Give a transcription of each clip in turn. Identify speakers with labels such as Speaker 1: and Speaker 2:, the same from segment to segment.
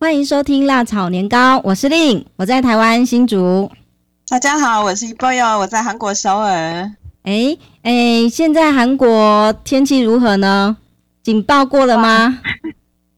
Speaker 1: 欢迎收听《辣炒年糕》，我是令，我在台湾新竹。
Speaker 2: 大家好，我是 Boyo，我在韩国首尔。
Speaker 1: 哎哎，现在韩国天气如何呢？警报过了吗？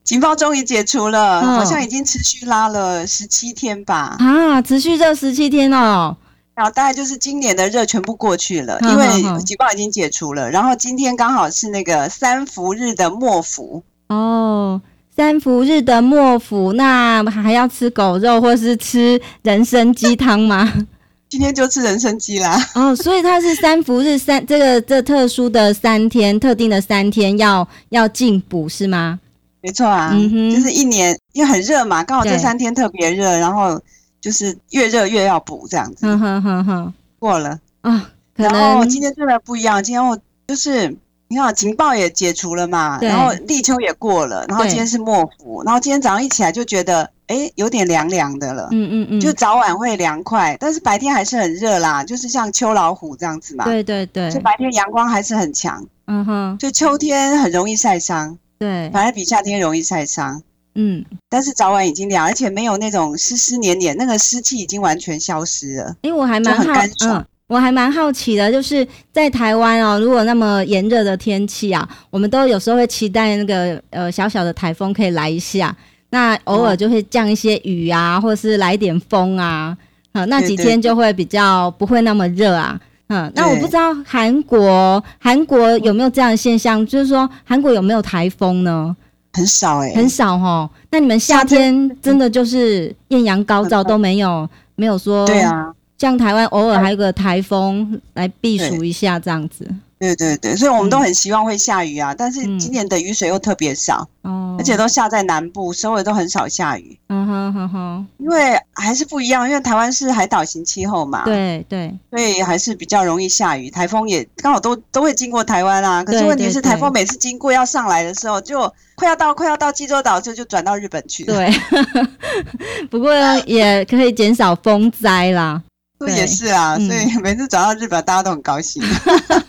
Speaker 2: 警报终于解除了，
Speaker 1: 嗯
Speaker 2: 好像已经持续拉了十七天吧。
Speaker 1: 啊，持续热十七天哦。
Speaker 2: 然后大概就是今年的热全部过去了，
Speaker 1: 嗯
Speaker 2: 因
Speaker 1: 嗯
Speaker 2: 为
Speaker 1: 嗯
Speaker 2: 警报已经解除了。然后今天刚好是那个三伏日的末伏，
Speaker 1: 哦，三伏日的末伏，那还要吃狗肉或是吃人参鸡汤吗？
Speaker 2: 今天就吃人参鸡啦。
Speaker 1: 哦，所以它是三伏日三这个这特殊的三天，特定的三天要要进补是吗？
Speaker 2: 没错啊，
Speaker 1: 嗯哼
Speaker 2: 就是一年因为很热嘛，刚好这
Speaker 1: 对
Speaker 2: 三天特别热，然后就是越热越要补这样子。
Speaker 1: 哼哼哼哼
Speaker 2: 过了。
Speaker 1: 啊，可
Speaker 2: 嗯然后
Speaker 1: 能
Speaker 2: 今天真的不一样，今天我就是你看警报也解除了嘛，
Speaker 1: 对
Speaker 2: 然后立秋也过了，然后
Speaker 1: 对
Speaker 2: 今天是末伏，然后今天早上一起来就觉得哎有点凉凉的了。
Speaker 1: 嗯嗯嗯，
Speaker 2: 就早晚会凉快，但是白天还是很热啦，就是像秋老虎这样子嘛。
Speaker 1: 对对对
Speaker 2: 所以，白天阳光还是很强，
Speaker 1: 嗯哼，
Speaker 2: 所以秋天很容易晒伤，
Speaker 1: 对，
Speaker 2: 反而比夏天容易晒伤。
Speaker 1: 嗯，
Speaker 2: 但是早晚已经凉，而且没有那种湿湿黏黏，那个湿气已经完全消失了。
Speaker 1: 因为我还蛮
Speaker 2: 就很
Speaker 1: 好
Speaker 2: 干，爽
Speaker 1: 嗯，我还蛮好奇的，就是在台湾哦，如果那么炎热的天气啊，我们都有时候会期待那个呃小小的台风可以来一下，那偶
Speaker 2: 嗯
Speaker 1: 尔就会降一些雨啊，或是来一点风啊，嗯，那
Speaker 2: 对
Speaker 1: 几
Speaker 2: 对
Speaker 1: 天就会比较不会那么热啊。嗯，那我
Speaker 2: 对
Speaker 1: 不知道韩国韩国有没有这样的现象，就是说韩国有没有台风呢？
Speaker 2: 很少哎、
Speaker 1: 很少哦。那你们夏
Speaker 2: 夏天嗯
Speaker 1: 天真的就是艳阳高照都没有，没有说
Speaker 2: 对啊，
Speaker 1: 像台湾偶尔还有个台风来避暑一下这样子。
Speaker 2: 对对对，所以我们都很希望会下雨啊，但是
Speaker 1: 嗯
Speaker 2: 今年的雨水又特别少，
Speaker 1: 哦，
Speaker 2: 而且都下在南部，首尔都很少下雨，
Speaker 1: 嗯哼哼哼，
Speaker 2: 因为还是不一样，因为台湾是海岛型气候嘛，，
Speaker 1: 对对，
Speaker 2: 所以还是比较容易下雨，台风也刚好都都会经过台湾啊。可是
Speaker 1: 对
Speaker 2: 问题
Speaker 1: 对
Speaker 2: 是，
Speaker 1: 对
Speaker 2: 台风每次经过要上来的时候，就快要到快要到济州岛的时候，就转到日本去了，
Speaker 1: 对， 不过也可以减少风灾啦，
Speaker 2: 这
Speaker 1: 对
Speaker 2: 也是啊，
Speaker 1: 嗯
Speaker 2: 所以每次转到日本，大家都很高兴。啊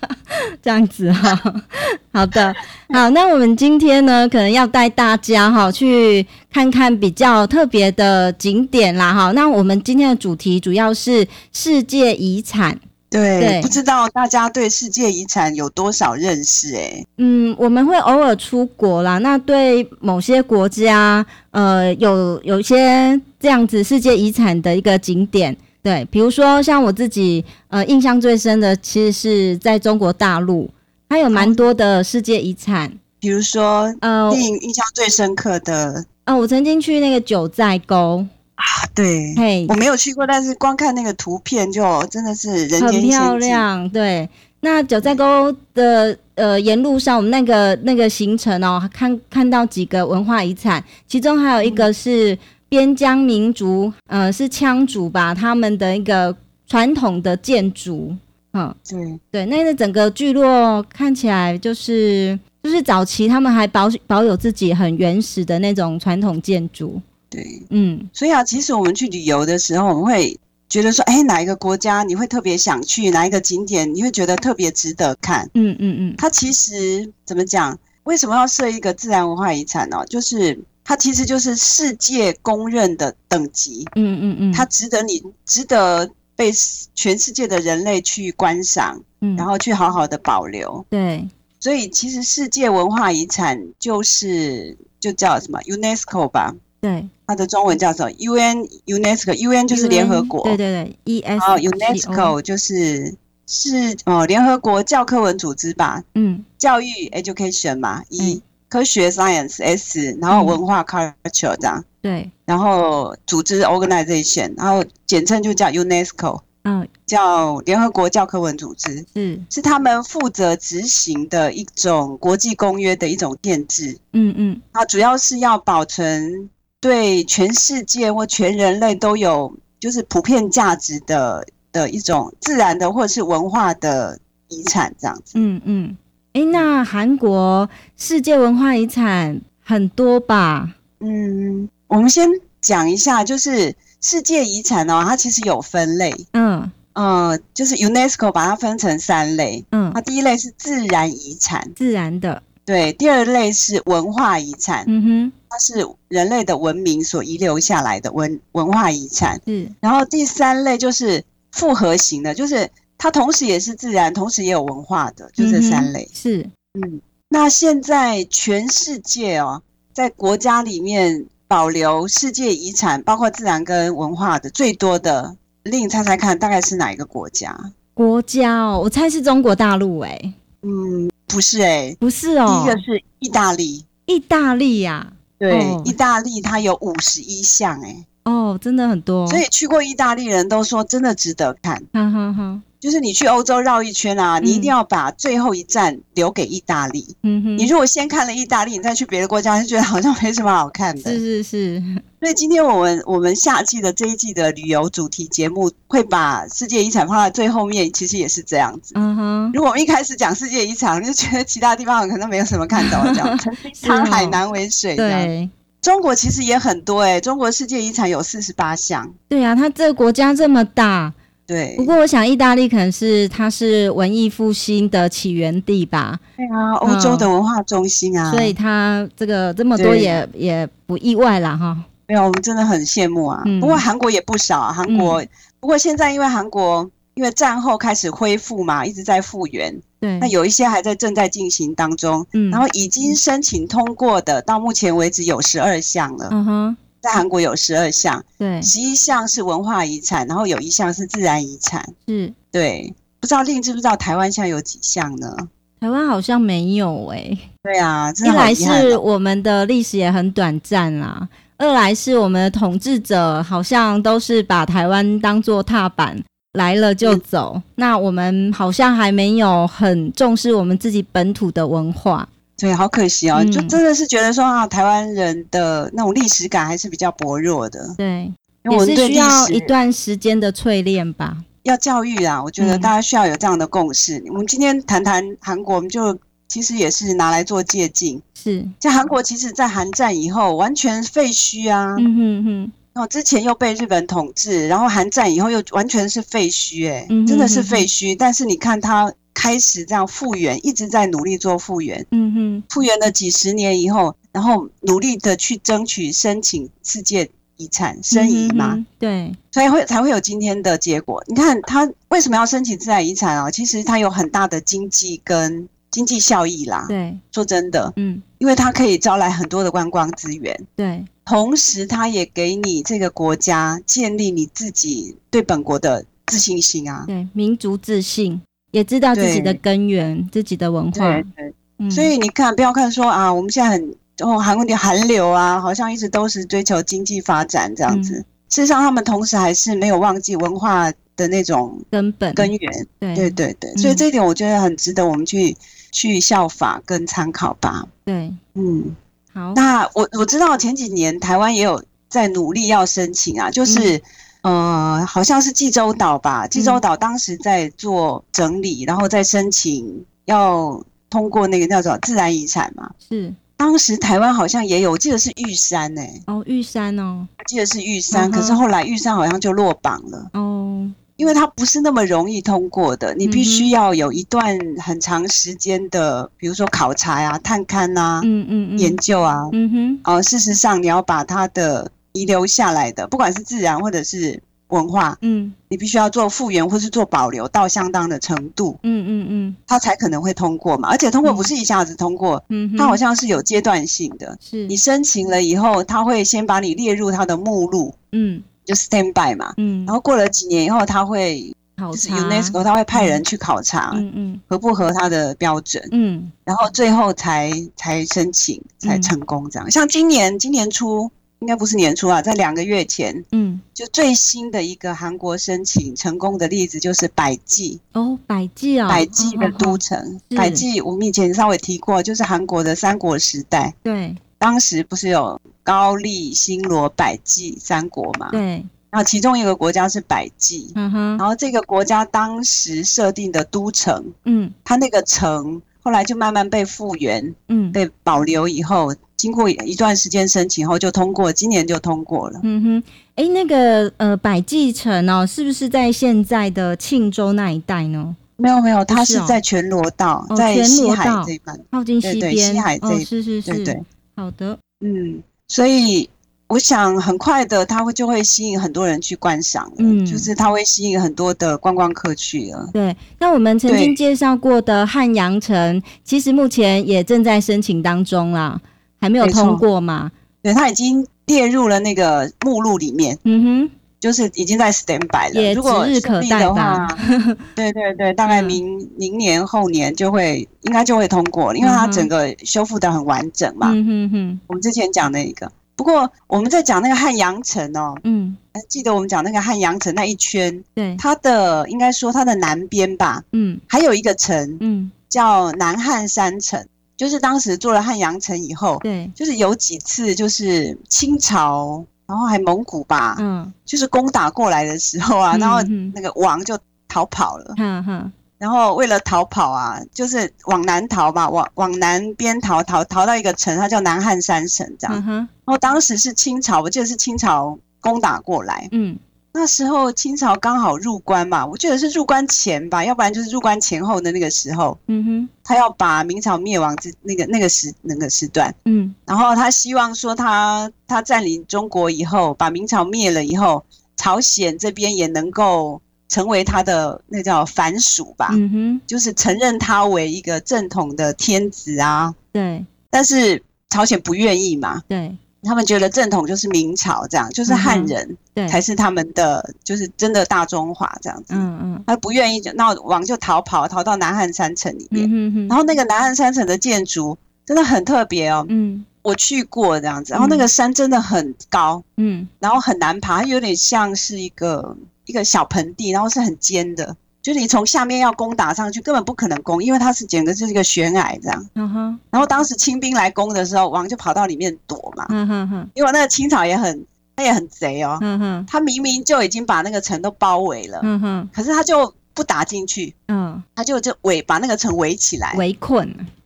Speaker 1: 这样子哈、 好的，好，那我们今天呢，可能要带大家哈、去看看比较特别的景点啦哈、那我们今天的主题主要是世界遗产。
Speaker 2: 对，
Speaker 1: 对
Speaker 2: 不知道大家对世界遗产有多少认识、欸？
Speaker 1: 嗯，我们会偶尔出国啦。那对某些国家，呃，有有一些这样子世界遗产的一个景点，对，比如说像我自己，呃，印象最深的其实是在中国大陆，它有蛮多的世界遗产。
Speaker 2: 比如说
Speaker 1: 呃，
Speaker 2: 令印象最深刻的
Speaker 1: 呃，我曾经去那个九寨沟，
Speaker 2: 啊，对
Speaker 1: 嘿
Speaker 2: 我，没有去过，但是光看那个图片就真的是人
Speaker 1: 很
Speaker 2: 间
Speaker 1: 漂
Speaker 2: 仙境。
Speaker 1: 亮，对。那九寨沟的呃沿路上，我们那个那个行程哦，看看到几个文化遗产，其中还有一个是边疆民族，呃，是羌族吧，他们的一个传统的建筑，嗯，
Speaker 2: 对，
Speaker 1: 对，那那整个聚落看起来就是就是早期他们还保保有自己很原始的那种传统建筑，
Speaker 2: 对，
Speaker 1: 嗯，
Speaker 2: 所以啊，其实我们去旅游的时候，我们会觉得说，哎，哪一个国家你会特别想去，哪一个景点你会觉得特别值得看。
Speaker 1: 嗯嗯嗯，
Speaker 2: 它其实怎么讲？为什么要设一个自然文化遗产呢、就是它其实就是世界公认的等级，
Speaker 1: 嗯嗯嗯，
Speaker 2: 它值得你值得被全世界的人类去观赏，
Speaker 1: 嗯
Speaker 2: 然后去好好的保留。
Speaker 1: 对，
Speaker 2: 所以其实世界文化遗产就是就叫什么 UNESCO 吧，
Speaker 1: 对，
Speaker 2: 它的中文叫什么 UN UNESCO，UN 就是联合国，
Speaker 1: 对对对，E S
Speaker 2: 然后 UNESCO 就是是哦联合国教科文组织吧，
Speaker 1: 嗯
Speaker 2: 教育 education 嘛，一、
Speaker 1: 嗯
Speaker 2: 科学 science s，然后文化 culture 这样，
Speaker 1: 对，
Speaker 2: 然后组织 organization，然后简称就叫 UNESCO，
Speaker 1: 嗯
Speaker 2: 叫联合国教科文组织，
Speaker 1: 是，
Speaker 2: 是他们负责执行的一种国际公约的一种建制。
Speaker 1: 嗯嗯
Speaker 2: 它主要是要保存对全世界或全人类都有就是普遍价值的的一种自然的或者是文化的遗产这样子。
Speaker 1: 嗯嗯，诶，那韩国世界文化遗产很多吧？
Speaker 2: 嗯，我们先讲一下，就是世界遗产哦，它其实有分类，
Speaker 1: 嗯
Speaker 2: 呃，就是 UNESCO 把它分成三类。
Speaker 1: 嗯
Speaker 2: 它，第一类是自然遗产，
Speaker 1: 自然的，
Speaker 2: 对；第二类是文化遗产，
Speaker 1: 嗯哼，
Speaker 2: 它是人类的文明所遗留下来的文文化遗产。
Speaker 1: 是
Speaker 2: 然后第三类就是复合型的，就是它同时也是自然，同时也有文化的，就这三类
Speaker 1: 嗯。是
Speaker 2: 嗯，那现在全世界哦，在国家里面保留世界遗产，包括自然跟文化的最多的，令你猜猜看，大概是哪一个国家？
Speaker 1: 国家哦，我猜是中国大陆哎、
Speaker 2: 嗯，不是诶、
Speaker 1: 不是
Speaker 2: 第
Speaker 1: 哦
Speaker 2: 一，个是意大利，
Speaker 1: 意大利呀、
Speaker 2: 对，
Speaker 1: 哦
Speaker 2: 意大利它有五十一项欸诶，
Speaker 1: 哦，真的很多，
Speaker 2: 所以去过意大利人都说真的值得看。
Speaker 1: 哈哈哈，
Speaker 2: 就是你去欧洲绕一圈啊，
Speaker 1: 嗯
Speaker 2: 你一定要把最后一站留给意大利。
Speaker 1: 嗯哼
Speaker 2: 你，如果先看了意大利，你再去别的国家，就觉得好像没什么好看的。
Speaker 1: 是是是，
Speaker 2: 所以今天我们我们下季的这一季的旅游主题节目会把世界遗产放在最后面，其实也是这样子。
Speaker 1: 嗯哼，
Speaker 2: 如果我们一开始讲世界遗产，就觉得其他地方可能没有什么看头，这 样沧海难为水。这样，
Speaker 1: 对
Speaker 2: 中国其实也很多哎、中国世界遗产有四十八项。
Speaker 1: 对呀、啊，它这个国家这么大，
Speaker 2: 对
Speaker 1: 不，过我想意大利可能是它是文艺复兴的起源地吧，
Speaker 2: 对啊，欧洲的文化中心啊，
Speaker 1: 嗯所以它这个这么多
Speaker 2: 对
Speaker 1: 也也不意外啦哈，
Speaker 2: 没有，我们真的很羡慕啊。
Speaker 1: 嗯
Speaker 2: 不过韩国也不少、啊，韩国、不过现在因为韩国因为战后开始恢复嘛，一直在复原，
Speaker 1: 对
Speaker 2: 那，有一些还在正在进行当中。
Speaker 1: 嗯，
Speaker 2: 然后已经申请通过的，到目前为止有十二项了，
Speaker 1: 嗯哼，
Speaker 2: 在韩国有十二项，
Speaker 1: 对，
Speaker 2: 十一项是文化遗产，然后有一项是自然遗产。
Speaker 1: 是
Speaker 2: 对，不知道令知不知道台湾现在有几项呢？
Speaker 1: 台湾好像没有哎、
Speaker 2: 对啊，真
Speaker 1: 一
Speaker 2: 的好
Speaker 1: 来
Speaker 2: 遗憾
Speaker 1: 是
Speaker 2: 哦、
Speaker 1: 我们的历史也很短暂啦，二来是我们的统治者好像都是把台湾当做踏板，来了就
Speaker 2: 嗯
Speaker 1: 走。那我们好像还没有很重视我们自己本土的文化。
Speaker 2: 对，好可惜哦，
Speaker 1: 嗯
Speaker 2: 就真的是觉得说啊，台湾人的那种历史感还是比较薄弱的，
Speaker 1: 对，
Speaker 2: 因为
Speaker 1: 也
Speaker 2: 我们
Speaker 1: 是
Speaker 2: 对
Speaker 1: 需
Speaker 2: 历
Speaker 1: 要一
Speaker 2: 史
Speaker 1: 段时间的淬炼吧。
Speaker 2: 要教育啊，我觉得
Speaker 1: 嗯
Speaker 2: 大家需要有这样的共识。我们今天谈谈韩国，我们就其实也是拿来做借鉴。
Speaker 1: 是，
Speaker 2: 像韩国，其实，在韩战以后完全废墟啊，
Speaker 1: 嗯哼哼，
Speaker 2: 然后之前又被日本统治，然后韩战以后又完全是废墟、欸，哎、
Speaker 1: 嗯哼
Speaker 2: 真的是废墟。但是你看它开始这样复原，一直在努力做复原，
Speaker 1: 嗯哼，
Speaker 2: 复原了几十年以后，然后努力的去争取申请世界遗产申遗嘛，
Speaker 1: 嗯哼哼？对，
Speaker 2: 所以会才会有今天的结果。你看他为什么要申请自然遗产啊？其实它有很大的经济跟经济效益啦。
Speaker 1: 对，
Speaker 2: 说真的，
Speaker 1: 嗯，
Speaker 2: 因为它可以招来很多的观光资源。
Speaker 1: 对，
Speaker 2: 同时，它也给你这个国家建立你自己对本国的自信心啊。
Speaker 1: 对，民族自信，也知道自己的
Speaker 2: 对
Speaker 1: 根源，自己的文化。
Speaker 2: 对，
Speaker 1: 嗯，
Speaker 2: 所以你看，不要看说啊，我们现在很哦，韩国的韩流啊，好像一直都是追求经济发展这样子。
Speaker 1: 嗯
Speaker 2: 事实上，他们同时还是没有忘记文化的那种
Speaker 1: 根本
Speaker 2: 根源。
Speaker 1: 对
Speaker 2: 对对对，所以
Speaker 1: 嗯
Speaker 2: 这一点我觉得很值得我们去去效法跟参考吧。
Speaker 1: 对，
Speaker 2: 嗯。
Speaker 1: 好，
Speaker 2: 那我我知道前几年台湾也有在努力要申请啊，就是、
Speaker 1: 嗯
Speaker 2: 呃，好像是济州岛吧，济州岛当时在做整理，然后再申请要通过那个叫做自然遗产嘛。
Speaker 1: 是
Speaker 2: 当时台湾好像也有，我记得是玉山呢、
Speaker 1: 哦，玉山哦，
Speaker 2: 我记得是玉山，
Speaker 1: 嗯哼
Speaker 2: 可是后来玉山好像就落榜了，
Speaker 1: 哦，
Speaker 2: 因为它不是那么容易通过的，你必
Speaker 1: 嗯
Speaker 2: 须要有一段很长时间的，比如说考察呀、探勘啊、
Speaker 1: 嗯嗯嗯，
Speaker 2: 研究啊，
Speaker 1: 嗯哼，
Speaker 2: 哦，事实上你要把它的遗留下来的，不管是自然或者是文化，
Speaker 1: 嗯
Speaker 2: 你必须要做复原或是做保留到相当的程度，
Speaker 1: 嗯嗯嗯
Speaker 2: 它才可能会通过嘛。而且通过
Speaker 1: 嗯
Speaker 2: 不是一下子通过，
Speaker 1: 嗯哼，
Speaker 2: 它好像是有阶段性的。
Speaker 1: 是
Speaker 2: 你申请了以后，它会先把你列入它的目录，
Speaker 1: 嗯
Speaker 2: 就 stand by 嘛。
Speaker 1: 嗯，
Speaker 2: 然后过了几年以后，它会
Speaker 1: 考
Speaker 2: 就是
Speaker 1: 察，
Speaker 2: UNESCO，它会啊派人去考察
Speaker 1: 嗯嗯
Speaker 2: 合不合它的标准。
Speaker 1: 嗯
Speaker 2: 然后最后才才申请才成功这样。像今年今年初应该不是年初啊，在两个月前
Speaker 1: 嗯，
Speaker 2: 就最新的一个韩国申请成功的例子就是百济，
Speaker 1: 哦，百济啊，
Speaker 2: 百济的都
Speaker 1: 哦，哦
Speaker 2: 城，
Speaker 1: 是
Speaker 2: 百济我们以前稍微提过，就是韩国的三国时代，
Speaker 1: 哦对
Speaker 2: 当时不是有高丽、新罗、百济三国嘛？
Speaker 1: 对，
Speaker 2: 然后其中一个国家是百济，
Speaker 1: 嗯哼，
Speaker 2: 啊然后这个国家当时设定的都城，
Speaker 1: 嗯
Speaker 2: 它那个城后来就慢慢被复原，
Speaker 1: 嗯
Speaker 2: 被保留以后，经过一段时间申请后就通过，今年就通过了。
Speaker 1: 嗯哼，哎，那个呃，百济城哦，是不是在现在的庆州那一带呢？
Speaker 2: 没有没有，它
Speaker 1: 是哦
Speaker 2: 是在全罗道，
Speaker 1: 哦
Speaker 2: 在
Speaker 1: 全
Speaker 2: 西
Speaker 1: 罗
Speaker 2: 海
Speaker 1: 道
Speaker 2: 这一半，
Speaker 1: 靠近西
Speaker 2: 对对
Speaker 1: 边
Speaker 2: 西海，这
Speaker 1: 哦，
Speaker 2: 一
Speaker 1: 是是
Speaker 2: 对对
Speaker 1: 是，，好的，
Speaker 2: 嗯，所以我想很快的，它会就会吸引很多人去观赏了，
Speaker 1: 嗯
Speaker 2: 就是它会吸引很多的观光客去了。
Speaker 1: 对，那我们曾经
Speaker 2: 对
Speaker 1: 介绍过的汉阳城，其实目前也正在申请当中啦，还没有
Speaker 2: 没错
Speaker 1: 通过嘛。
Speaker 2: 对，它已经列入了那个目录里面，
Speaker 1: 嗯哼，
Speaker 2: 就是已经在 stand by 了。
Speaker 1: 也
Speaker 2: 如果
Speaker 1: 指日可
Speaker 2: 顺利的
Speaker 1: 待
Speaker 2: 话
Speaker 1: 吧，
Speaker 2: 对对对，大概
Speaker 1: 嗯
Speaker 2: 明、明年后年就会应该就会通过了，因为它
Speaker 1: 嗯哼
Speaker 2: 整个修复的很完整嘛。
Speaker 1: 嗯哼哼，
Speaker 2: 我们之前讲的一个，不过我们在讲那个汉阳城哦，
Speaker 1: 嗯，
Speaker 2: 还记得我们讲那个汉阳城那一圈，
Speaker 1: 对，
Speaker 2: 它的应该说它的南边吧，
Speaker 1: 嗯
Speaker 2: 还有一个城
Speaker 1: 嗯，
Speaker 2: 叫南汉山城，就是当时做了汉阳城以后，
Speaker 1: 对，
Speaker 2: 就是有几次就是清朝，然后还蒙古吧，
Speaker 1: 嗯，
Speaker 2: 就是攻打过来的时候啊，然后
Speaker 1: 嗯
Speaker 2: 那个王就逃跑了
Speaker 1: 哼，哈哈，
Speaker 2: 然后为了逃跑啊，就是往南逃吧，往往南边逃，逃逃到一个城，它叫南汉山城这样。
Speaker 1: 嗯哼，
Speaker 2: 然后当时是清朝，我记得是清朝攻打过来，
Speaker 1: 嗯
Speaker 2: 那时候清朝刚好入关嘛，我记得是入关前吧，要不然就是入关前后的那个时候，
Speaker 1: 嗯哼，
Speaker 2: 他要把明朝灭亡之那个那个时那个时段，
Speaker 1: 嗯
Speaker 2: 然后他希望说他他占领中国以后，把明朝灭了以后，朝鲜这边也能够成为他的那叫藩属吧，
Speaker 1: 嗯哼，
Speaker 2: 就是承认他为一个正统的天子啊，
Speaker 1: 对
Speaker 2: 但是朝鲜不愿意嘛，
Speaker 1: 对
Speaker 2: 他们觉得正统就是明朝这样，就是汉人
Speaker 1: 嗯对，
Speaker 2: 才是他们的，就是真的大中华这样子。
Speaker 1: 嗯嗯
Speaker 2: 他不愿意，那王就逃跑，逃到南汉山城里
Speaker 1: 嗯
Speaker 2: 面。
Speaker 1: 哼哼，
Speaker 2: 然后那个南汉山城的建筑真的很特别哦，
Speaker 1: 嗯
Speaker 2: 我去过这样子。然后
Speaker 1: 嗯
Speaker 2: 那个山真的很高，
Speaker 1: 嗯
Speaker 2: 然后很难爬，它有点像是一个一个小盆地，然后是很尖的，就你从下面要攻打上去根本不可能攻，因为它是整个就是一个悬崖这样。
Speaker 1: 嗯哼，
Speaker 2: 然后当时清兵来攻的时候，王就跑到里面躲嘛，
Speaker 1: 嗯哼哼，
Speaker 2: 因为那个清朝也很他也很贼哦，
Speaker 1: 嗯哼，
Speaker 2: 他明明就已经把那个城都包围了，
Speaker 1: 嗯哼，
Speaker 2: 可是他就不打进去，
Speaker 1: 嗯，
Speaker 2: 他就就围把那个城围起来，
Speaker 1: 围困，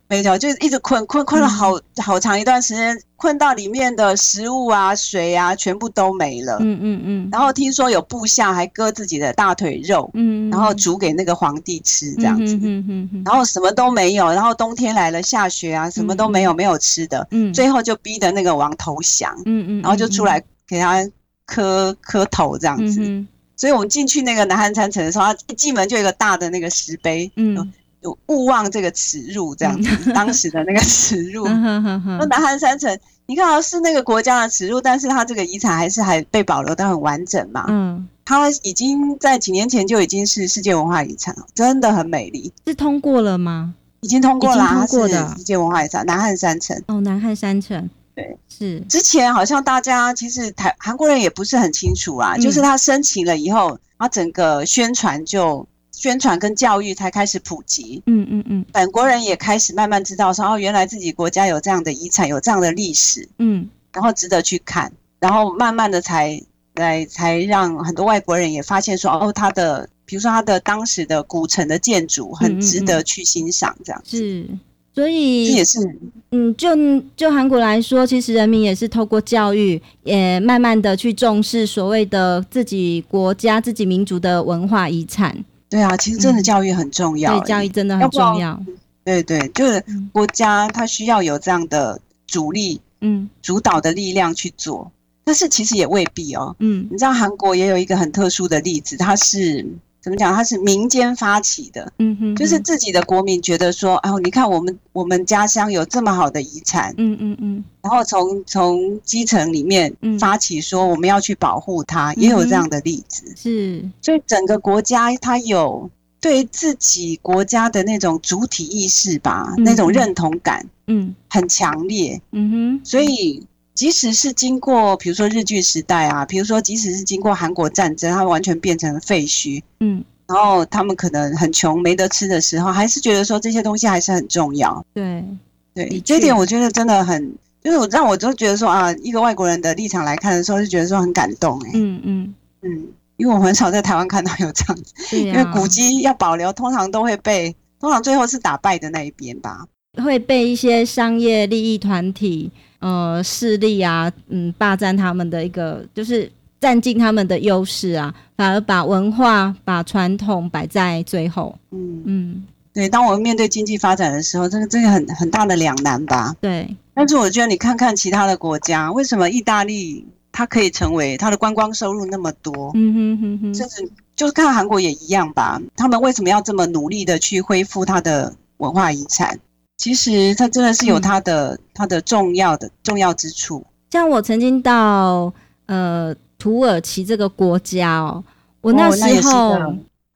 Speaker 2: 没错，就一直困困困了
Speaker 1: 嗯
Speaker 2: 好、好长一段时间，困到里面的食物啊、水啊全部都没了。
Speaker 1: 嗯嗯嗯，
Speaker 2: 然后听说有部下还割自己的大腿肉，
Speaker 1: 嗯，
Speaker 2: 然后煮给那个皇帝吃这样子，
Speaker 1: 嗯嗯嗯，
Speaker 2: 然后什么都没有，然后冬天来了下雪啊，什么都没有，没有吃的，
Speaker 1: 嗯，
Speaker 2: 最后就逼得那个王投降，
Speaker 1: 嗯嗯，
Speaker 2: 然后就出来给他。磕磕头这样
Speaker 1: 嗯
Speaker 2: 子，
Speaker 1: 哼，
Speaker 2: 所以我们进去那个南汉山城的时候，他一进门就有一个大的那个石碑，
Speaker 1: 嗯，
Speaker 2: 有勿忘这个耻辱这样子，当时的那个耻 辱。
Speaker 1: 嗯哼哼
Speaker 2: 那
Speaker 1: 哼，
Speaker 2: 南韩山城，你看啊，是那个国家的耻辱，但是它这个遗产还是还被保留得很完整嘛。
Speaker 1: 嗯，
Speaker 2: 它已经在几年前就已经是世界文化遗产了，真的很美丽，
Speaker 1: 是通过了吗？
Speaker 2: 已经通过啦、
Speaker 1: 已经
Speaker 2: 它
Speaker 1: 通过的
Speaker 2: 是世界文化遗产南汉山城。
Speaker 1: 哦，南汉山城，
Speaker 2: 对，
Speaker 1: 是，
Speaker 2: 之前好像大家其实台韩国人也不是很清楚啊，
Speaker 1: 嗯
Speaker 2: 就是他申请了以后，然后整个宣传就宣传跟教育才开始普及，
Speaker 1: 嗯嗯嗯
Speaker 2: 本国人也开始慢慢知道说，哦，原来自己国家有这样的遗产，有这样的历史。
Speaker 1: 嗯
Speaker 2: 然后值得去看，然后慢慢的才来才让很多外国人也发现说，哦，它的比如说它的当时的古城的建筑很值得去欣赏，这样子
Speaker 1: 是，所
Speaker 2: 这也
Speaker 1: 以，
Speaker 2: 是
Speaker 1: 嗯，就就韩国来说，其实人民也是透过教育，也慢慢的去重视所谓的自己国家、自己民族的文化遗产，
Speaker 2: 对啊，其实真的
Speaker 1: 嗯
Speaker 2: 教育很重要、
Speaker 1: 对，教育真的
Speaker 2: 要
Speaker 1: 很
Speaker 2: 不然
Speaker 1: 重要，
Speaker 2: 对对，就是
Speaker 1: 嗯
Speaker 2: 国家它需要有这样的主力
Speaker 1: 嗯
Speaker 2: 主导的力量去做，但是其实也未必哦。
Speaker 1: 嗯
Speaker 2: 你知道韩国也有一个很特殊的例子，它是怎么讲？它是民间发起的，
Speaker 1: 嗯哼，
Speaker 2: 就是自己的国民觉得说，哦，你看我们我们家乡有这么好的遗产，
Speaker 1: 嗯嗯嗯
Speaker 2: 然后从从基层里面
Speaker 1: 嗯
Speaker 2: 发起说我们要去保护它，也有这样的例子。
Speaker 1: 是，
Speaker 2: 所以整个国家它有对自己国家的那种主体意识吧，
Speaker 1: 嗯
Speaker 2: 那种认同感
Speaker 1: 嗯
Speaker 2: 很强烈，
Speaker 1: 嗯哼，
Speaker 2: 所以。即使是经过，比如说日据时代啊，比如说即使是经过韩国战争，它完全变成废墟，
Speaker 1: 嗯
Speaker 2: 然后他们可能很穷没得吃的时候，还是觉得说这些东西还是很重要。
Speaker 1: 对，
Speaker 2: 对
Speaker 1: 的，
Speaker 2: 这一
Speaker 1: 确
Speaker 2: 点我觉得真的很，就是我让我就觉得说啊，一个外国人的立场来看的时候，就觉得说很感动哎、
Speaker 1: 嗯嗯，
Speaker 2: 嗯， 因为我很少在台湾看到有这样子，
Speaker 1: 对啊
Speaker 2: 因
Speaker 1: 呀、
Speaker 2: 为古迹要保留，通常都会被，通常最后是打败的那一边吧。
Speaker 1: 会被一些商业利益团体、呃势力啊，嗯，霸占他们的一个，就是占尽他们的优势啊，反而把文化、把传统摆在最后。
Speaker 2: 嗯，
Speaker 1: 嗯，
Speaker 2: 对，当我们面对经济发展的时候，这个这个很很大的两难吧。
Speaker 1: 对，
Speaker 2: 但是我觉得你看看其他的国家，为什么意大利它可以成为它的观光收入那么多？
Speaker 1: 嗯哼哼哼，
Speaker 2: 甚至就是看韩国也一样吧，他们为什么要这么努力的去恢复它的文化遗产？其实它真的
Speaker 1: 嗯
Speaker 2: 是有它的、它的重要的重要之处。
Speaker 1: 像我曾经到呃土耳其这个国家哦，我
Speaker 2: 哦
Speaker 1: 那
Speaker 2: 那也
Speaker 1: 时
Speaker 2: 是
Speaker 1: 候、
Speaker 2: 个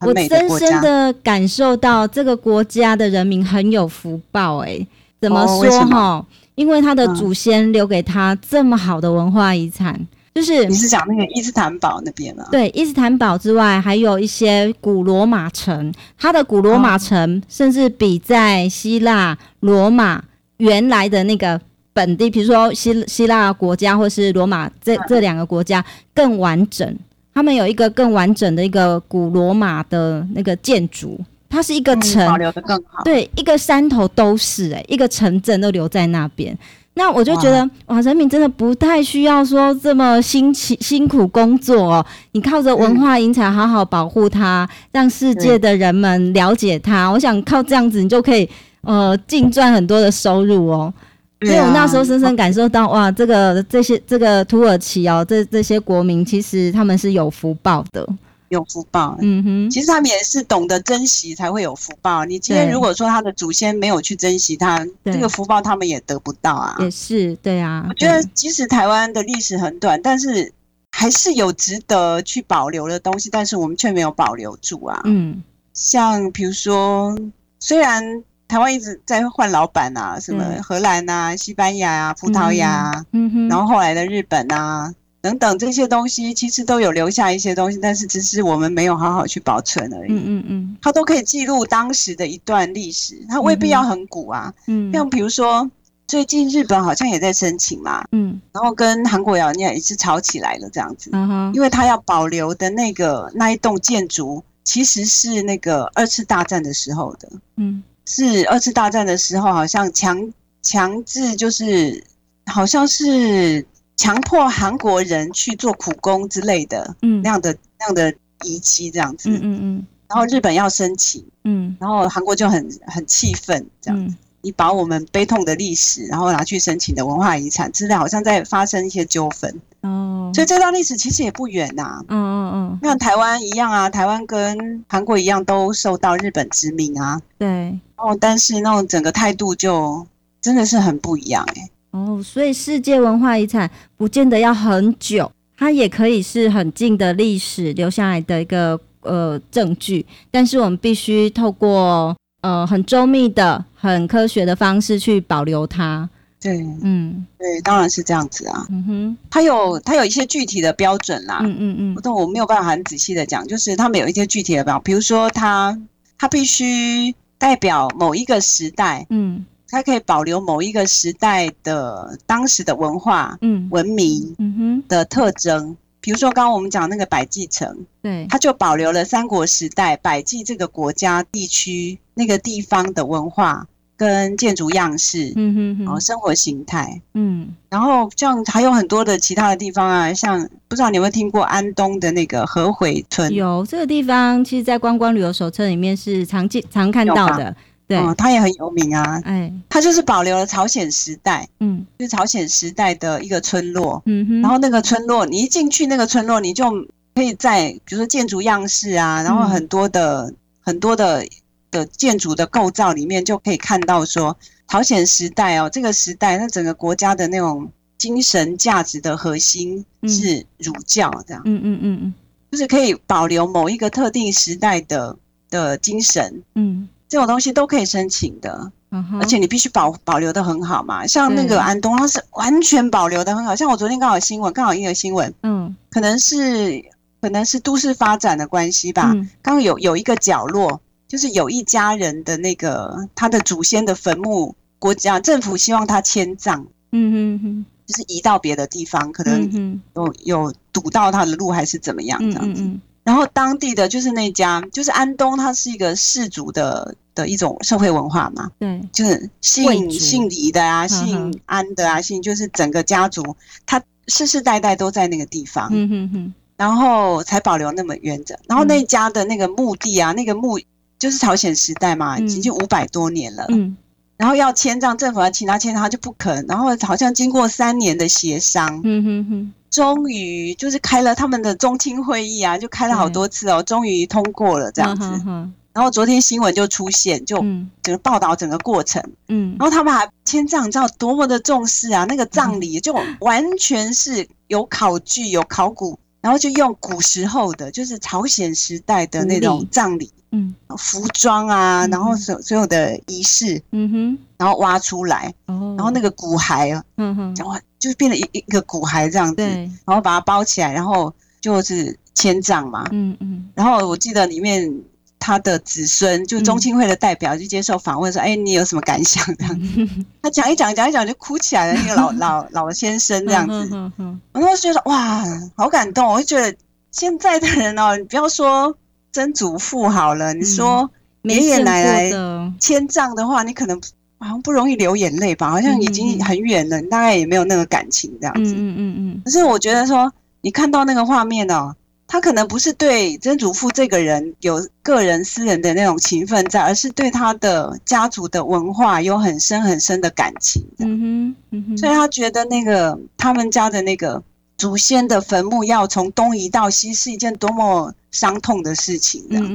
Speaker 2: 很
Speaker 1: 我
Speaker 2: 美
Speaker 1: 深
Speaker 2: 的国
Speaker 1: 深
Speaker 2: 家，
Speaker 1: 的感受到这个国家的人民很有福报、欸，怎么
Speaker 2: 哦为
Speaker 1: 说
Speaker 2: 什么
Speaker 1: 哈、因为他的
Speaker 2: 嗯
Speaker 1: 祖先留给他这么好的文化遗产，就是
Speaker 2: 你是讲那个伊斯坦堡那边吗？啊
Speaker 1: 对伊斯坦堡之外，还有一些古罗马城，它的古罗马城、甚至比在希腊、罗马原来的那个本地，比如说希希腊国家或是罗马这这两个国家更完整。他们有一个更完整的一个古罗马的那个建筑，它是一个
Speaker 2: 嗯
Speaker 1: 城，
Speaker 2: 保留的更好。
Speaker 1: 对，一个山头都是、欸，一个城镇都留在那边。那我就觉得，哇，人民真的不太需要说这么辛勤辛苦工作哦。你靠着文化遗产好好保护它，让世界的人们了解它。我想靠这样子，你就可以呃净赚很多的收入哦。
Speaker 2: 啊
Speaker 1: 所以我那时候深深感受到，哇，这个这些这个土耳其哦，这这些国民其实他们是有福报的。
Speaker 2: 有福报。
Speaker 1: 嗯哼，
Speaker 2: 其实他们也是懂得珍惜才会有福报。你今天
Speaker 1: 对
Speaker 2: 如果说他的祖先没有去珍惜他，
Speaker 1: 对
Speaker 2: 这个福报他们也得不到啊。
Speaker 1: 也是对啊。
Speaker 2: 我觉得即使台湾的历史很短，但是还是有值得去保留的东西，但是我们却没有保留住啊。
Speaker 1: 嗯，
Speaker 2: 像比如说，虽然台湾一直在换老板啊，什么
Speaker 1: 嗯
Speaker 2: 荷兰啊、西班牙啊、葡萄牙啊，
Speaker 1: 嗯哼，
Speaker 2: 然后后来的日本啊。等等，这些东西其实都有留下一些东西，但是只是我们没有好好去保存而已。
Speaker 1: 嗯嗯嗯
Speaker 2: 它都可以记录当时的一段历史，它未必要很古啊。
Speaker 1: 嗯，
Speaker 2: 像比如说，最近日本好像也在申请嘛，
Speaker 1: 嗯，
Speaker 2: 然后跟韩国好像也是吵起来了这样子，
Speaker 1: 啊哈，
Speaker 2: 因为它要保留的那个那一栋建筑其实是那个二次大战的时候的，
Speaker 1: 嗯
Speaker 2: 是二次大战的时候好像强强制就是好像是强迫韩国人去做苦工之类的
Speaker 1: 嗯，
Speaker 2: 那样的那样的遗迹这样子，
Speaker 1: 嗯嗯
Speaker 2: 然后日本要申请。
Speaker 1: 嗯嗯，
Speaker 2: 然后韩国就很很气愤，这样、
Speaker 1: 嗯
Speaker 2: 你把我们悲痛的历史，然后拿去申请的文化遗产，之类，好像在发生一些纠纷。
Speaker 1: 哦，
Speaker 2: 所以这段历史其实也不远呐、
Speaker 1: 嗯嗯嗯，
Speaker 2: 像台湾一样啊，台湾跟韩国一样都受到日本殖民啊，
Speaker 1: 对。
Speaker 2: 哦，但是那种整个态度就真的是很不一样哎、
Speaker 1: 哦，所以世界文化遗产不见得要很久，它也可以是很近的历史留下来的一个呃证据，但是我们必须透过呃很周密的、很科学的方式去保留它。
Speaker 2: 对
Speaker 1: 嗯
Speaker 2: 对，当然是这样子啊。
Speaker 1: 嗯哼，
Speaker 2: 它有它有一些具体的标准啦，
Speaker 1: 嗯嗯嗯
Speaker 2: 我但我没有办法很仔细的讲，就是他们有一些具体的表，比如说他他必须代表某一个时代，
Speaker 1: 嗯
Speaker 2: 它可以保留某一个时代的当时的文化、
Speaker 1: 嗯
Speaker 2: 文明
Speaker 1: 嗯哼，
Speaker 2: 的特征。比如说，刚刚我们讲那个百济城，
Speaker 1: 对，
Speaker 2: 它就保留了三国时代百济这个国家地区那个地方的文化跟建筑样式，
Speaker 1: 嗯哼
Speaker 2: 然后
Speaker 1: 哼，
Speaker 2: 生活形态。
Speaker 1: 嗯
Speaker 2: 然后像还有很多的其他的地方啊，像不知道你有没有听过安东的那个河回村，
Speaker 1: 有这个地方，其实，在观光旅游手册里面是常见、常看
Speaker 2: 有
Speaker 1: 到
Speaker 2: 吧
Speaker 1: 的。对，
Speaker 2: 嗯，它也很有名啊。
Speaker 1: 哎，
Speaker 2: 它就是保留了朝鲜时代，
Speaker 1: 嗯
Speaker 2: 就是朝鲜时代的一个村落，
Speaker 1: 嗯哼，
Speaker 2: 然后那个村落，你一进去那个村落，你就可以在比如说建筑样式啊，然后
Speaker 1: 嗯
Speaker 2: 很多的、很多的的建筑的构造里面，就可以看到说朝鲜时代哦，这个时代它整个国家的那种精神价值的核心
Speaker 1: 嗯
Speaker 2: 是儒教，这样、
Speaker 1: 嗯嗯嗯
Speaker 2: 就是可以保留某一个特定时代的的精神。
Speaker 1: 嗯
Speaker 2: 这种东西都可以申请的，
Speaker 1: 嗯哼，
Speaker 2: 而且你必须保保留的很好嘛。像那
Speaker 1: 对
Speaker 2: 个安东，它是完全保留的很好。像我昨天刚好新闻，刚好一个新闻，
Speaker 1: 嗯
Speaker 2: 可能是可能是都市发展的关系吧。
Speaker 1: 嗯
Speaker 2: 刚刚有有一个角落，就是有一家人的那个他的祖先的坟墓，国家政府希望他迁葬，
Speaker 1: 嗯嗯嗯
Speaker 2: 就是移到别的地方，可能
Speaker 1: 嗯
Speaker 2: 有、有堵到他的路还是怎么样这
Speaker 1: 嗯
Speaker 2: 样子。
Speaker 1: 嗯
Speaker 2: 然后当地的就是那家，就是安东，它是一个氏族的的一种社会文化嘛。
Speaker 1: 嗯，
Speaker 2: 就是
Speaker 1: 贵
Speaker 2: 姓
Speaker 1: 族嗯
Speaker 2: 姓李的
Speaker 1: 呵
Speaker 2: 啊，
Speaker 1: 呵
Speaker 2: 姓安的啊，姓就是整个家族，他世世代代都在那个地方。
Speaker 1: 对，嗯哼哼，
Speaker 2: 然后才保留那么完整。
Speaker 1: 嗯
Speaker 2: 然后那家的那个墓地啊，那个墓就是朝鲜时代嘛，
Speaker 1: 嗯
Speaker 2: 已经五百多年了。
Speaker 1: 嗯
Speaker 2: 然后要签让政府要请他签，他就不肯。然后好像经过三年的协商，
Speaker 1: 嗯哼哼，
Speaker 2: 终于就是开了他们的中青会议啊，就开了好多次哦，终于通过了这样子。
Speaker 1: 嗯哼
Speaker 2: 然后昨天新闻就出现，就
Speaker 1: 嗯
Speaker 2: 就是报道整个过程。
Speaker 1: 嗯
Speaker 2: 然后他们还签葬照多么的重视啊，那个葬
Speaker 1: 嗯
Speaker 2: 礼就完全是有考据、有考古，然后就用古时候的，就是朝鲜时代的那
Speaker 1: 古
Speaker 2: 种
Speaker 1: 礼
Speaker 2: 葬礼
Speaker 1: 嗯
Speaker 2: 服装啊，
Speaker 1: 嗯
Speaker 2: 然后所所有的仪式，
Speaker 1: 嗯哼，
Speaker 2: 然后挖出来，
Speaker 1: 哦，
Speaker 2: 然后那
Speaker 1: 个
Speaker 2: 个骨骸啊，
Speaker 1: 嗯哼，
Speaker 2: 然后就变成一一个骨骸这样子，
Speaker 1: 对，
Speaker 2: 然后把它包起来，然后就是迁葬嘛。
Speaker 1: 嗯嗯
Speaker 2: 然后我记得里面他的子孙，就
Speaker 1: 嗯
Speaker 2: 中青会的代表，就接受访问说：“哎，你有什么感想？”这 样子，他讲一讲，讲一讲就哭起来了，那个老老老先生这样子，
Speaker 1: 嗯哼
Speaker 2: 然后我就觉得哇，好感动。哦我就觉得现在的人哦，你不要说曾祖父好了，
Speaker 1: 嗯
Speaker 2: 你说爷爷奶奶
Speaker 1: 的，
Speaker 2: 迁葬的话，你可能好像不容易流眼泪吧，好像
Speaker 1: 嗯
Speaker 2: 已
Speaker 1: 嗯
Speaker 2: 经
Speaker 1: 嗯
Speaker 2: 很远了，你大概也没有那个感情这样
Speaker 1: 嗯
Speaker 2: 子。
Speaker 1: 嗯嗯
Speaker 2: 可是我觉得说，你看到那个画面哦，他可能不是对曾祖父这个人有个人私人的那种情分在，而是对他的家族的文化有很深很深的感情
Speaker 1: 嗯
Speaker 2: 这
Speaker 1: 嗯
Speaker 2: 样。
Speaker 1: 哼嗯哼，
Speaker 2: 所以他觉得那个他们家的那个祖先的坟墓要从东移到西，是一件多么伤痛的事情
Speaker 1: 嗯
Speaker 2: 这样。
Speaker 1: 嗯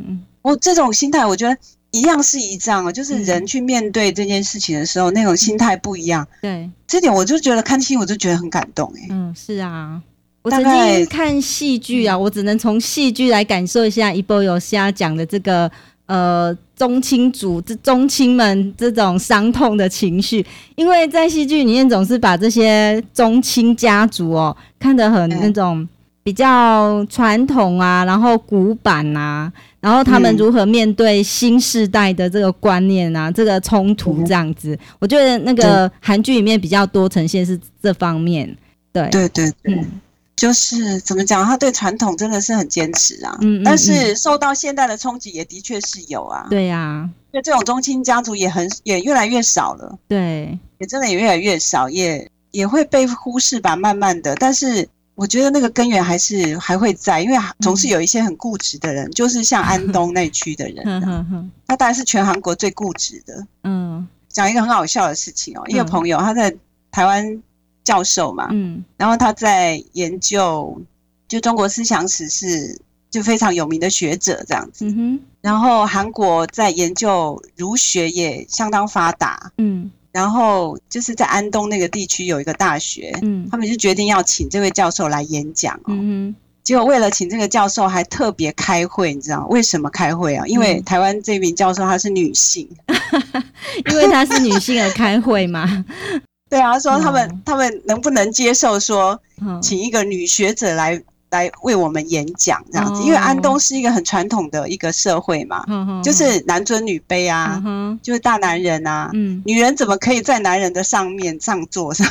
Speaker 1: 嗯嗯
Speaker 2: 我这种心态，我觉得一样是一样哦，就是
Speaker 1: 嗯
Speaker 2: 人去面对这件事情的时候，那种心态不一样
Speaker 1: 嗯。，对，
Speaker 2: 这点我就觉得看新闻我就觉得很感动哎、
Speaker 1: 嗯是啊。我
Speaker 2: 大
Speaker 1: 曾
Speaker 2: 概嗯
Speaker 1: 经看戏剧啊，我只能从戏剧来感受一下一波有虾讲的这个呃宗亲族、这宗亲们这种伤痛的情绪，因为在戏剧里面总是把这些宗亲家族哦看得很
Speaker 2: 嗯
Speaker 1: 那种比较传统啊，然后古板啊，然后他们
Speaker 2: 嗯
Speaker 1: 如何面对新时代的这个观念啊，这个冲突
Speaker 2: 嗯
Speaker 1: 这样子，我觉得那个韩剧里面比较多呈现是这方面，对，
Speaker 2: 对对对。
Speaker 1: 嗯
Speaker 2: 就是怎么讲，他对传统真的是很坚持啊。
Speaker 1: 嗯嗯
Speaker 2: 但是受到现代的冲击也的确是有啊。，
Speaker 1: 对呀，
Speaker 2: 所以这种宗亲家族也很也越来越少了，
Speaker 1: 对，
Speaker 2: 也真的也越来越少，也也会被忽视吧，慢慢的。但是我觉得那个根源还是还会在，因为总
Speaker 1: 嗯
Speaker 2: 是有一些很固执的人，就是 像安东那区的
Speaker 1: 哼
Speaker 2: 人，啊
Speaker 1: 哼哼，
Speaker 2: 他当然是全韩国最固执的。
Speaker 1: 嗯
Speaker 2: 讲一个很好笑的事情哦，一个
Speaker 1: 嗯
Speaker 2: 朋友他在台湾教授嘛，
Speaker 1: 嗯
Speaker 2: 然后他在研究就中国思想史是就非常有名的学者这样子，
Speaker 1: 嗯哼，
Speaker 2: 然后韩国在研究儒学也相当发达，
Speaker 1: 嗯
Speaker 2: 然后就是在安东那个地区有一个大学，
Speaker 1: 嗯
Speaker 2: 他们就决定要请这位教授来演讲哦。
Speaker 1: 嗯哼，
Speaker 2: 结果为了请这个教授，还特别开会，你知道为什么开会啊？因为
Speaker 1: 嗯
Speaker 2: 台湾这名教授她是女性，
Speaker 1: 因为她是女性而开会嘛，
Speaker 2: 对啊，说他们、
Speaker 1: 嗯
Speaker 2: 他们能不能接受说
Speaker 1: 嗯
Speaker 2: 请一个女学者来来为我们演讲这样子，
Speaker 1: 哦
Speaker 2: 因为安东是一个很传统的一个社会嘛，
Speaker 1: 哼哼，
Speaker 2: 就是男尊女卑啊
Speaker 1: 嗯，哼，
Speaker 2: 就是大男人啊，
Speaker 1: 嗯
Speaker 2: 女人怎么可以在男人的上面上座 上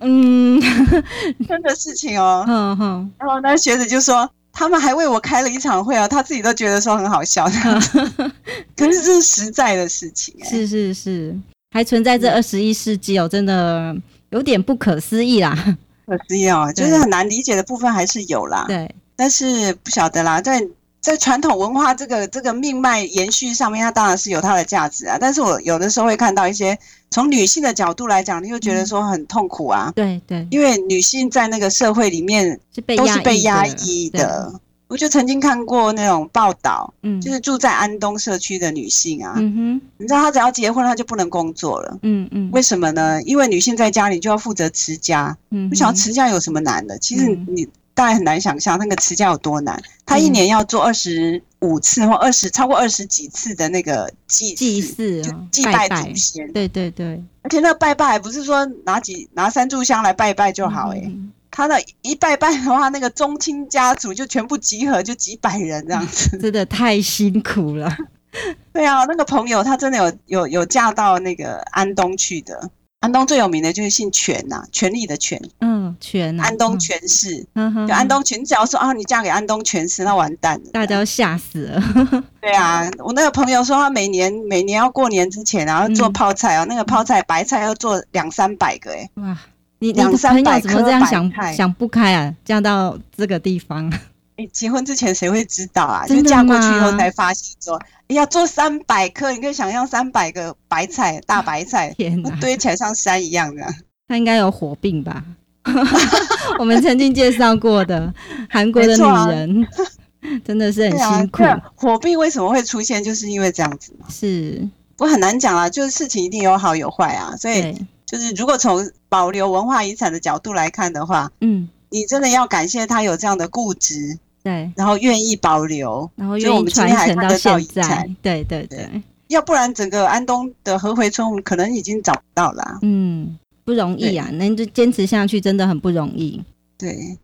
Speaker 1: 嗯
Speaker 2: 啊真的事情哦？
Speaker 1: 哼哼，
Speaker 2: 然后那学者就说。他们还为我开了一场会哦，他自己都觉得说很好笑， 可是这是实在的事情哎、
Speaker 1: 嗯是是是，还存在这二十一世纪哦，真的有点不可思议啦，
Speaker 2: 可惜哦，就是很难理解的部分还是有啦。
Speaker 1: 对，
Speaker 2: 但是不晓得啦，在在传统文化这个这个命脉延续上面，它当然是有它的价值啊。但是我有的时候会看到一些从女性的角度来讲，你就
Speaker 1: 嗯
Speaker 2: 觉得说很痛苦啊，
Speaker 1: 对对，
Speaker 2: 因为女性在那个社会里面
Speaker 1: 是被
Speaker 2: 都是被压
Speaker 1: 的
Speaker 2: 抑，的。我就曾经看过那种报道，
Speaker 1: 对嗯，
Speaker 2: 就是住在安东社区的女性啊，
Speaker 1: 嗯哼，
Speaker 2: 你知道她只要结婚，她就不能工作了。
Speaker 1: 嗯嗯，
Speaker 2: 为什么呢？因为女性在家里就要负责持家，
Speaker 1: 嗯
Speaker 2: 不晓得
Speaker 1: 哼
Speaker 2: 持家有什么难的？其实
Speaker 1: 嗯
Speaker 2: 你大概很难想象那个持家有多难。他一年要做二十五次或二十超过二十几次的那个祭
Speaker 1: 祭
Speaker 2: 祀，
Speaker 1: 祀
Speaker 2: 就
Speaker 1: 啊，
Speaker 2: 祭
Speaker 1: 拜拜
Speaker 2: 祖，先，
Speaker 1: 对对对，
Speaker 2: 而且那个拜拜还不是说拿几拿三炷香来拜拜就好欸诶、
Speaker 1: 嗯
Speaker 2: 他那一拜拜的话，那个宗亲家族就全部集合，就几百人
Speaker 1: 嗯
Speaker 2: 这样 子。
Speaker 1: 真的太辛苦 了，
Speaker 2: 对啊，那个朋友他真的有有有嫁到那个安东去的。安东最有名的就是姓权呐、权力的权，
Speaker 1: 嗯，全啊
Speaker 2: 安东
Speaker 1: 嗯
Speaker 2: 权氏。
Speaker 1: 嗯哼
Speaker 2: 就安
Speaker 1: 哼
Speaker 2: 东群，只要说啊，你嫁给安东全师，那完蛋了。
Speaker 1: 嗯大家都吓死了，
Speaker 2: 对啊，我那个朋友说，他每年每年要过年之前啊，然后做
Speaker 1: 嗯
Speaker 2: 泡菜啊，那个泡菜白菜要做两三百个、欸，
Speaker 1: 哇！你你
Speaker 2: 两
Speaker 1: 的
Speaker 2: 三
Speaker 1: 朋友
Speaker 2: 百
Speaker 1: 怎么
Speaker 2: 颗
Speaker 1: 这样
Speaker 2: 白
Speaker 1: 想
Speaker 2: 菜
Speaker 1: 想不开啊？嫁到这个地方，
Speaker 2: 哎，结婚之前谁会知道啊？就
Speaker 1: 真的
Speaker 2: 嫁过去以后
Speaker 1: 吗，
Speaker 2: 才发现说，哎呀，做三百克，你可以想象三百个白菜，大白菜
Speaker 1: 天哪
Speaker 2: 那，堆起来像山一样的。
Speaker 1: 他应该有火病吧？ 我们曾经介绍过 的韩国的
Speaker 2: 没
Speaker 1: 女
Speaker 2: 错啊
Speaker 1: 人， 真的是
Speaker 2: 对
Speaker 1: 很
Speaker 2: 啊
Speaker 1: 辛，苦，
Speaker 2: 对啊，火病为什么会出现，就是因为这样子嘛。
Speaker 1: 是，
Speaker 2: 我很难讲啊，就是事情一定有好有坏啊，所以
Speaker 1: 对，
Speaker 2: 就是如果从保留文化遗产的角度来看的话，
Speaker 1: 嗯，
Speaker 2: 你真的要感谢他有这样的固执，
Speaker 1: 对，
Speaker 2: 然后愿意保留，
Speaker 1: 然后
Speaker 2: 所以
Speaker 1: 愿
Speaker 2: 我
Speaker 1: 意
Speaker 2: 们今
Speaker 1: 传
Speaker 2: 天还
Speaker 1: 承
Speaker 2: 看
Speaker 1: 到
Speaker 2: 得到
Speaker 1: 现
Speaker 2: 遗
Speaker 1: 在
Speaker 2: 产，
Speaker 1: 对对
Speaker 2: 对
Speaker 1: 对，
Speaker 2: 要不然整个安东的合回村我们可能已经找不到啦、
Speaker 1: 嗯，不容易啊，能就坚持下去真的很不容易，
Speaker 2: 对，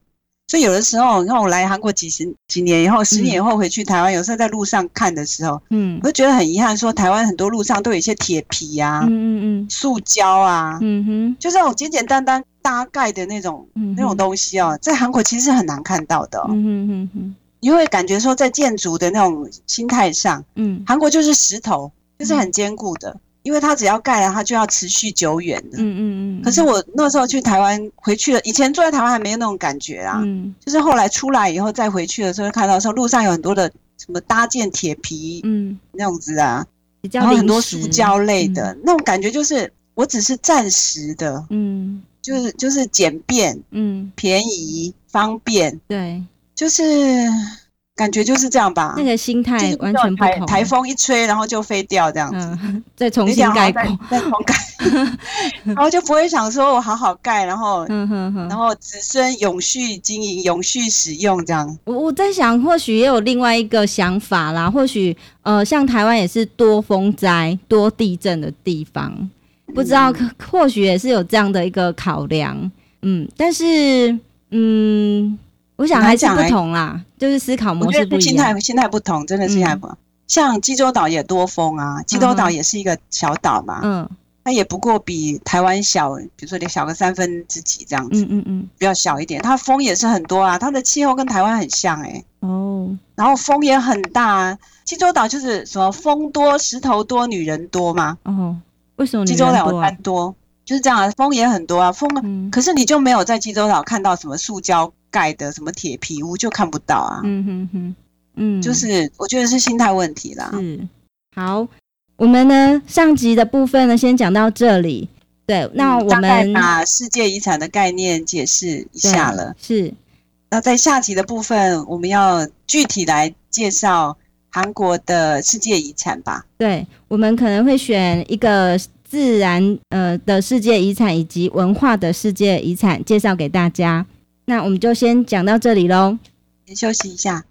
Speaker 2: 所以有的时候，你看我来韩国几十几年以后，十年以后回去台湾，有时候在路上看的时候，
Speaker 1: 嗯
Speaker 2: 我就觉得很遗憾说台湾很多路上都有一些铁皮啊、
Speaker 1: 嗯嗯
Speaker 2: 塑胶啊，
Speaker 1: 嗯嗯哼
Speaker 2: 就这种简简单单搭盖的那种。
Speaker 1: 嗯哼，
Speaker 2: 那种东西哦，在韩国其实是很难看到的哦、
Speaker 1: 嗯哼嗯哼
Speaker 2: 你会感觉说，在建筑的那种心态上，
Speaker 1: 嗯
Speaker 2: 韩国就是石头，就是很坚固的，因为它只要盖了，它就要持续久远的。
Speaker 1: 嗯嗯嗯，
Speaker 2: 可是我那时候去台湾回去了，以前住在台湾还没有那种感觉啊，
Speaker 1: 嗯
Speaker 2: 就是后来出来以后再回去的时候，看到说路上有很多的什么搭建铁皮
Speaker 1: 嗯
Speaker 2: 那样子啊，
Speaker 1: 比较
Speaker 2: 然后很多
Speaker 1: 临时
Speaker 2: 塑，胶类的、那种感觉，就是我只是暂时的，
Speaker 1: 嗯
Speaker 2: 就是就是简便、
Speaker 1: 嗯，
Speaker 2: 便宜、方便，
Speaker 1: 对，
Speaker 2: 就是感觉就是这样吧。
Speaker 1: 那个心态
Speaker 2: 啊就是
Speaker 1: 完全不
Speaker 2: 台
Speaker 1: 同，
Speaker 2: 台风一吹，然后就飞掉这样子。
Speaker 1: 嗯， 再重
Speaker 2: 有
Speaker 1: 新概
Speaker 2: 点好
Speaker 1: 括
Speaker 2: 再，再重 盖，然后就不会想说我好好盖，然后、
Speaker 1: 嗯哼哼
Speaker 2: 然。后子孙永续经营、永续使用这样。
Speaker 1: 我我在想，或许也有另外一个想法啦。或许呃，像台湾也是多风灾、多地震的地方，不知道、
Speaker 2: 嗯
Speaker 1: 可或许也是有这样的一个考量。嗯，但是嗯，我想还是
Speaker 2: 很难讲
Speaker 1: 不
Speaker 2: 欸
Speaker 1: 同啦，就是思考
Speaker 2: 我
Speaker 1: 模
Speaker 2: 觉
Speaker 1: 式
Speaker 2: 得
Speaker 1: 不
Speaker 2: 是
Speaker 1: 一
Speaker 2: 心
Speaker 1: 样。嗯
Speaker 2: 态心态不同，真的是心态不同。像济州岛也多风啊，济州岛也是一个小岛嘛，
Speaker 1: 嗯
Speaker 2: 它也不过比台湾小，比如说得小个三分之几这样子，
Speaker 1: 嗯嗯嗯，
Speaker 2: 比较小一点。它风也是很多啊，它的气候跟台湾很像诶、
Speaker 1: 哦，
Speaker 2: 然后风也很大、啊，济州岛就是什么风多、石头多、女人多嘛。
Speaker 1: 哦，为什么
Speaker 2: 济
Speaker 1: 你
Speaker 2: 州
Speaker 1: 人
Speaker 2: 岛有
Speaker 1: 多啊、
Speaker 2: 山多，就是这样啊，风也很多啊，风。
Speaker 1: 嗯
Speaker 2: 可是你就没有在济州岛看到什么塑胶盖的什么铁皮屋，就看不到啊。
Speaker 1: 嗯哼哼，嗯，
Speaker 2: 就是我觉得是心态问题啦。
Speaker 1: 是，好，我们呢上集的部分呢先讲到这里。对，那
Speaker 2: 嗯
Speaker 1: 我
Speaker 2: 大概
Speaker 1: 们、
Speaker 2: 把世界遗产的概念解释一
Speaker 1: 对
Speaker 2: 下了。
Speaker 1: 是
Speaker 2: 那在下集的部分，我们要具体来介绍韩国的世界遗产吧。
Speaker 1: 对，我们可能会选一个自然呃的世界遗产以及文化的世界遗产介绍给大家。那我们就先讲到这里喽。
Speaker 2: 先休息一下。